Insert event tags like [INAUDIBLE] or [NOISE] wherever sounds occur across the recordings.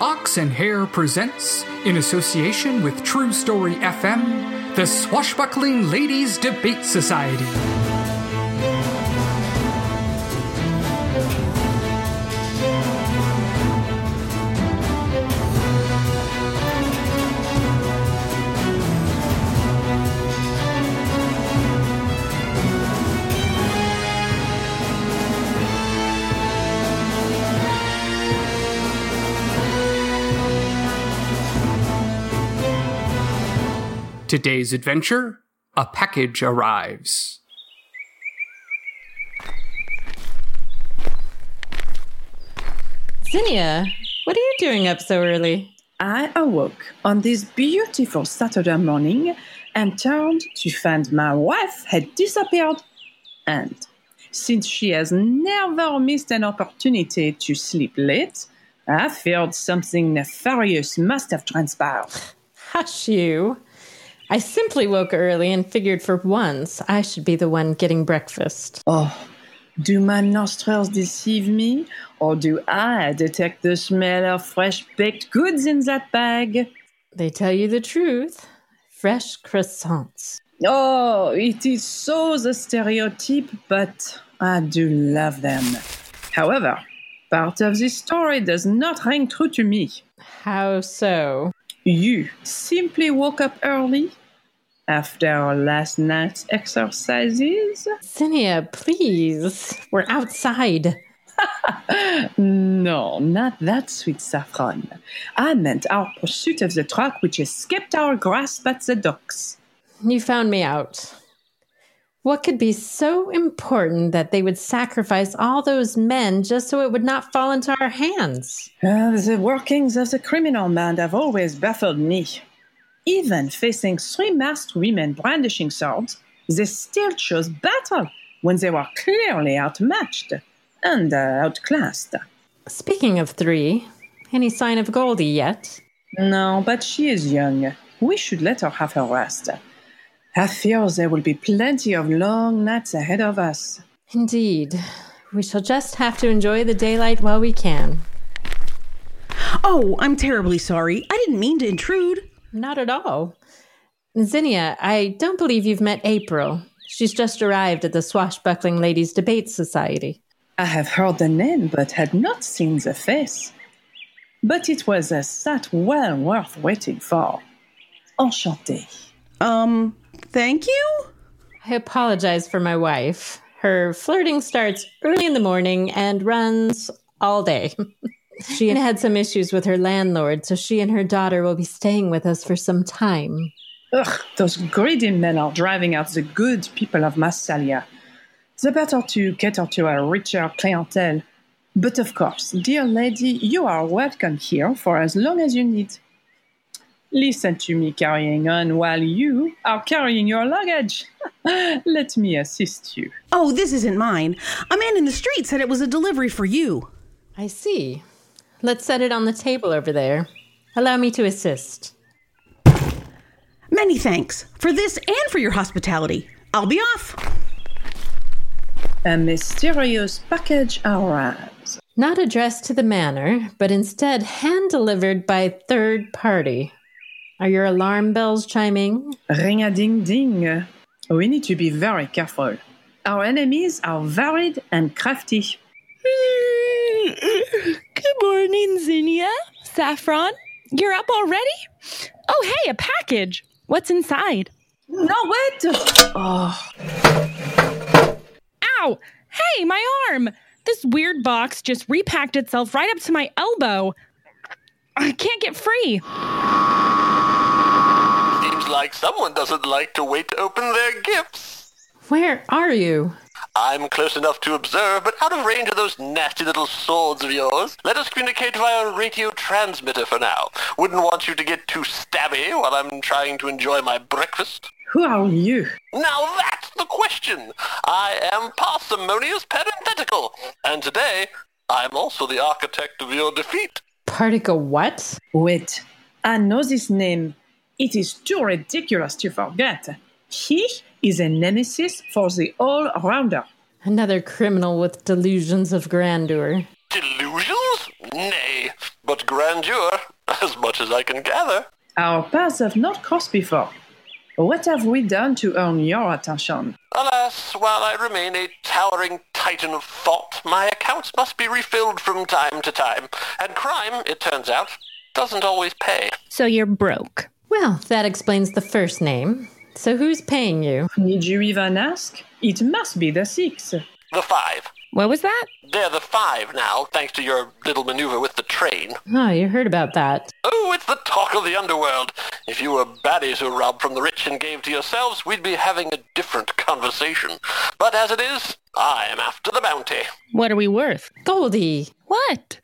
Ox and Hare presents, in association with True Story FM, the Swashbuckling Ladies Debate Society. Today's adventure a package arrives. Zinnia, what are you doing up so early? I awoke on this beautiful Saturday morning and turned to find my wife had disappeared. And since she has never missed an opportunity to sleep late, I feared something nefarious must have transpired. Hush you. I simply woke early and figured for once I should be the one getting breakfast. Oh, do my nostrils deceive me, or do I detect the smell of fresh baked goods in that bag? They tell you the truth fresh croissants. Oh, it is so the stereotype, but I do love them. However, part of this story does not ring true to me. How so? You simply woke up early after last night's exercises? Zinnia, please. We're outside. No, not that sweet saffron. I meant our pursuit of the truck which escaped our grasp at the docks. You found me out. What could be so important that they would sacrifice all those men just so it would not fall into our hands? Uh, the workings of the criminal mind have always baffled me. Even facing three masked women brandishing swords, they still chose battle when they were clearly outmatched and uh, outclassed. Speaking of three, any sign of Goldie yet? No, but she is young. We should let her have her rest. I fear there will be plenty of long nights ahead of us. Indeed. We shall just have to enjoy the daylight while we can. Oh, I'm terribly sorry. I didn't mean to intrude. Not at all. Zinnia, I don't believe you've met April. She's just arrived at the Swashbuckling Ladies Debate Society. I have heard the name, but had not seen the face. But it was a sight well worth waiting for. Enchanté. Um, thank you? I apologize for my wife. Her flirting starts early in the morning and runs all day. [LAUGHS] she had some issues with her landlord, so she and her daughter will be staying with us for some time. Ugh, those greedy men are driving out the good people of Massalia. The better to cater to a richer clientele. But of course, dear lady, you are welcome here for as long as you need. Listen to me carrying on while you are carrying your luggage. [LAUGHS] Let me assist you. Oh, this isn't mine. A man in the street said it was a delivery for you. I see. Let's set it on the table over there. Allow me to assist. Many thanks for this and for your hospitality. I'll be off. A mysterious package arrives. Not addressed to the manor, but instead hand delivered by third party. Are your alarm bells chiming? Ring a ding ding. We need to be very careful. Our enemies are varied and crafty. Good morning, Zinnia. Saffron, you're up already? Oh, hey, a package. What's inside? No, wait! Oh, Ow! Hey, my arm! This weird box just repacked itself right up to my elbow. I can't get free. Seems like someone doesn't like to wait to open their gifts. Where are you? I'm close enough to observe, but out of range of those nasty little swords of yours. Let us communicate via radio transmitter for now. Wouldn't want you to get too stabby while I'm trying to enjoy my breakfast. who are you? Now that's the question. I am parsimonious parenthetical, and today I'm also the architect of your defeat. Particle what? Wait, I know this name. It is too ridiculous to forget. He is a nemesis for the all rounder. Another criminal with delusions of grandeur. Delusions? Nay, but grandeur, [LAUGHS] as much as I can gather. Our paths have not crossed before. What have we done to earn your attention? Alas, while I remain a towering titan of thought, my accounts must be refilled from time to time, and crime, it turns out, doesn't always pay. So you're broke. Well, that explains the first name. So who's paying you? Need you even ask? It must be the six. The five. What was that? They're the five now, thanks to your little maneuver with the train. Oh, you heard about that. Oh, it's the talk of the underworld. If you were baddies who robbed from the rich and gave to yourselves, we'd be having a different conversation. But as it is, I'm after the bounty. What are we worth? Goldie. What?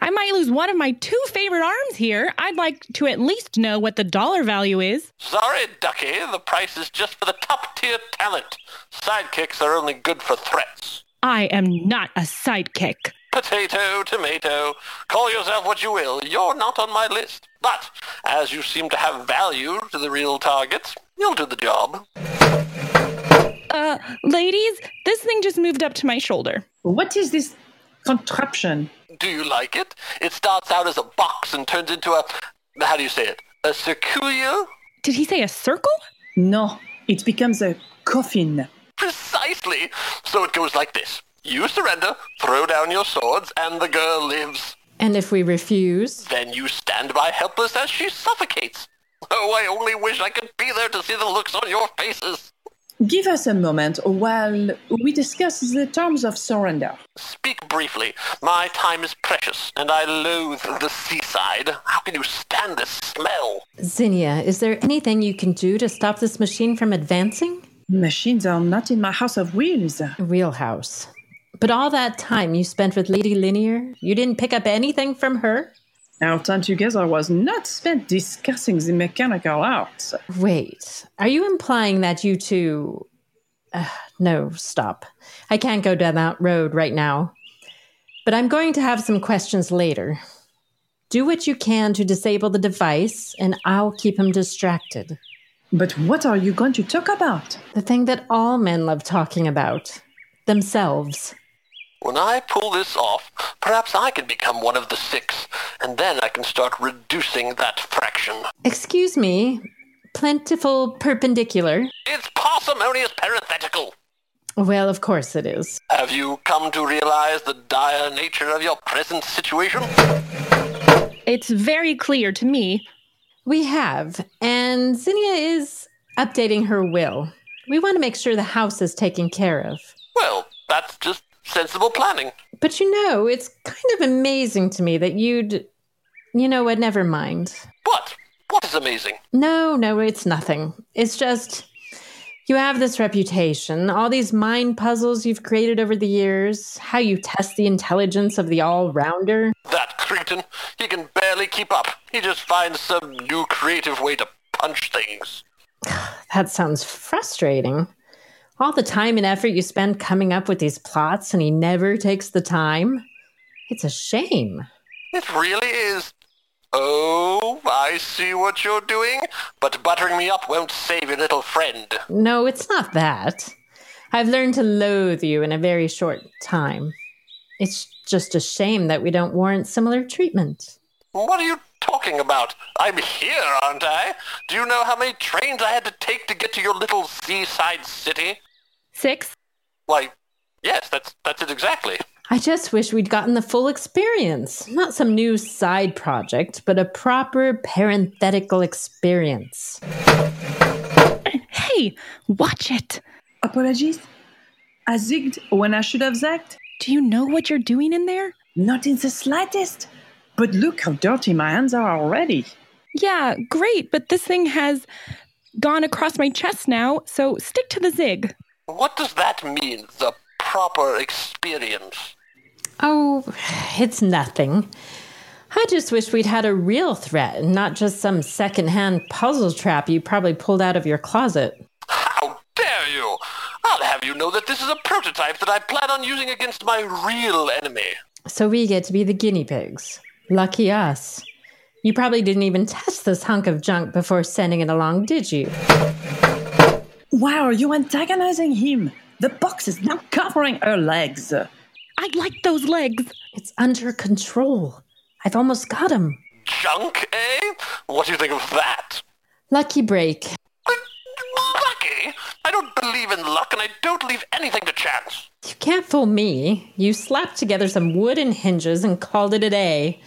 I might lose one of my two favorite arms here. I'd like to at least know what the dollar value is. Sorry, Ducky, the price is just for the top-tier talent. Sidekicks are only good for threats. I am not a sidekick. Potato, tomato, call yourself what you will, you're not on my list. But as you seem to have value to the real targets, you'll do the job. Uh, ladies, this thing just moved up to my shoulder. What is this contraption? Do you like it? It starts out as a box and turns into a, how do you say it? A circular? Did he say a circle? No, it becomes a coffin. Precisely. So it goes like this. You surrender, throw down your swords, and the girl lives. And if we refuse? Then you stand by helpless as she suffocates. Oh, I only wish I could be there to see the looks on your faces. Give us a moment while we discuss the terms of surrender. Speak briefly. My time is precious, and I loathe the seaside. How can you stand this smell? Zinnia, is there anything you can do to stop this machine from advancing? Machines are not in my house of wheels. Wheelhouse. But all that time you spent with Lady Linear, you didn't pick up anything from her? Our time together was not spent discussing the mechanical arts. Wait, are you implying that you two. Uh, no, stop. I can't go down that road right now. But I'm going to have some questions later. Do what you can to disable the device, and I'll keep him distracted. But what are you going to talk about? The thing that all men love talking about themselves. When I pull this off, perhaps I can become one of the six, and then I can start reducing that fraction. Excuse me, plentiful perpendicular. It's parsimonious parenthetical. Well, of course it is. Have you come to realize the dire nature of your present situation? It's very clear to me. We have, and Zinnia is updating her will. We want to make sure the house is taken care of. Well, that's just sensible planning. But you know, it's kind of amazing to me that you'd. You know what? Never mind. What? What is amazing? No, no, it's nothing. It's just you have this reputation, all these mind puzzles you've created over the years, how you test the intelligence of the all rounder. That cretin, he can barely keep up. He just finds some new creative way to punch things. That sounds frustrating. All the time and effort you spend coming up with these plots, and he never takes the time. It's a shame. It really is. Oh, I see what you're doing, but buttering me up won't save your little friend. No, it's not that. I've learned to loathe you in a very short time. It's just a shame that we don't warrant similar treatment. What are you talking about? I'm here, aren't I? Do you know how many trains I had to take to get to your little seaside city? Six? Why, yes, that's that's it exactly. I just wish we'd gotten the full experience. Not some new side project, but a proper parenthetical experience. Hey, watch it. Apologies? I zigged when I should have zagged? Do you know what you're doing in there? Not in the slightest. But look how dirty my hands are already. Yeah, great, but this thing has gone across my chest now, so stick to the zig. What does that mean? The proper experience. Oh, it's nothing. I just wish we'd had a real threat and not just some secondhand puzzle trap you probably pulled out of your closet. How dare you! I'll have you know that this is a prototype that I plan on using against my real enemy. So we get to be the guinea pigs. Lucky us. You probably didn't even test this hunk of junk before sending it along, did you? Why are you antagonizing him? The box is now covering her legs. I like those legs. It's under control. I've almost got him. Junk, eh? What do you think of that? Lucky break. Lucky? I don't believe in luck, and I don't leave anything to chance. You can't fool me. You slapped together some wooden hinges and called it a day.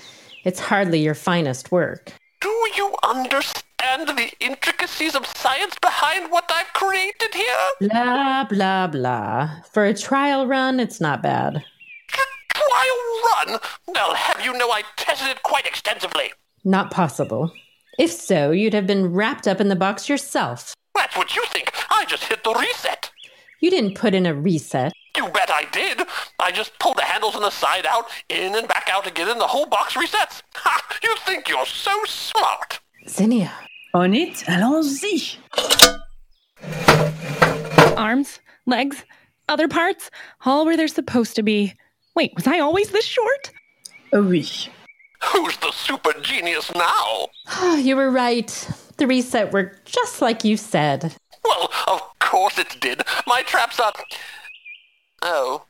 It's hardly your finest work. Do you understand the intricacies of science behind what I've created here? Blah, blah, blah. For a trial run, it's not bad. Trial run? I'll have you know I tested it quite extensively. Not possible. If so, you'd have been wrapped up in the box yourself. That's what you think. I just hit the reset. You didn't put in a reset. You bet I did. I just pulled the handles on the side out, in and back out again, and the whole box resets. Ha! You think you're so smart. Zinnia, [SIGHS] On it, allons-y. Arms, legs, other parts, all where they're supposed to be. Wait, was I always this short? Oh, oui. Who's the super genius now? you were right. The reset worked just like you said. Well, of course it did. My traps are... Oh.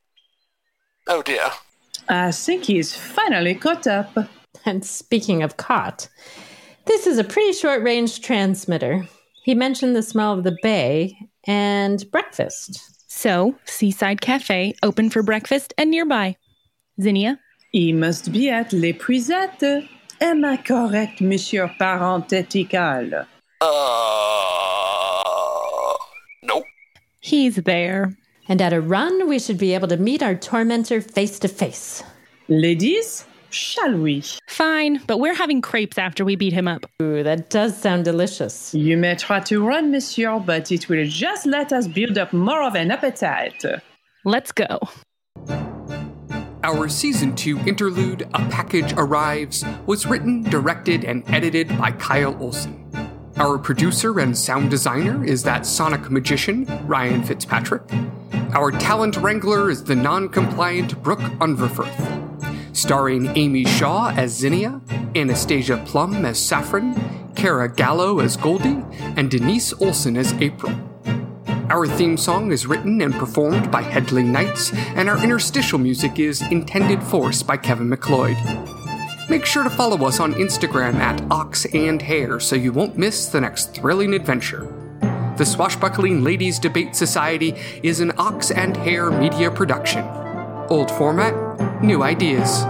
Oh dear. I think he's finally caught up. And speaking of caught, this is a pretty short range transmitter. He mentioned the smell of the bay and breakfast. So, Seaside Cafe, open for breakfast and nearby. Zinnia? He must be at l'épuisette. Am I correct, monsieur parenthetical? Uh... No. He's there. And at a run, we should be able to meet our tormentor face to face. Ladies, shall we? Fine, but we're having crepes after we beat him up. Ooh, that does sound delicious. You may try to run, monsieur, but it will just let us build up more of an appetite. Let's go. Our season two interlude, A Package Arrives, was written, directed, and edited by Kyle Olson. Our producer and sound designer is that sonic magician, Ryan Fitzpatrick. Our talent wrangler is the non compliant Brooke Unverfirth. Starring Amy Shaw as Zinnia, Anastasia Plum as Saffron, Kara Gallo as Goldie, and Denise Olson as April. Our theme song is written and performed by Headling Knights, and our interstitial music is Intended Force by Kevin McLeod. Make sure to follow us on Instagram at Ox and Hare so you won't miss the next thrilling adventure. The Swashbuckling Ladies Debate Society is an Ox and Hare media production. Old format, new ideas.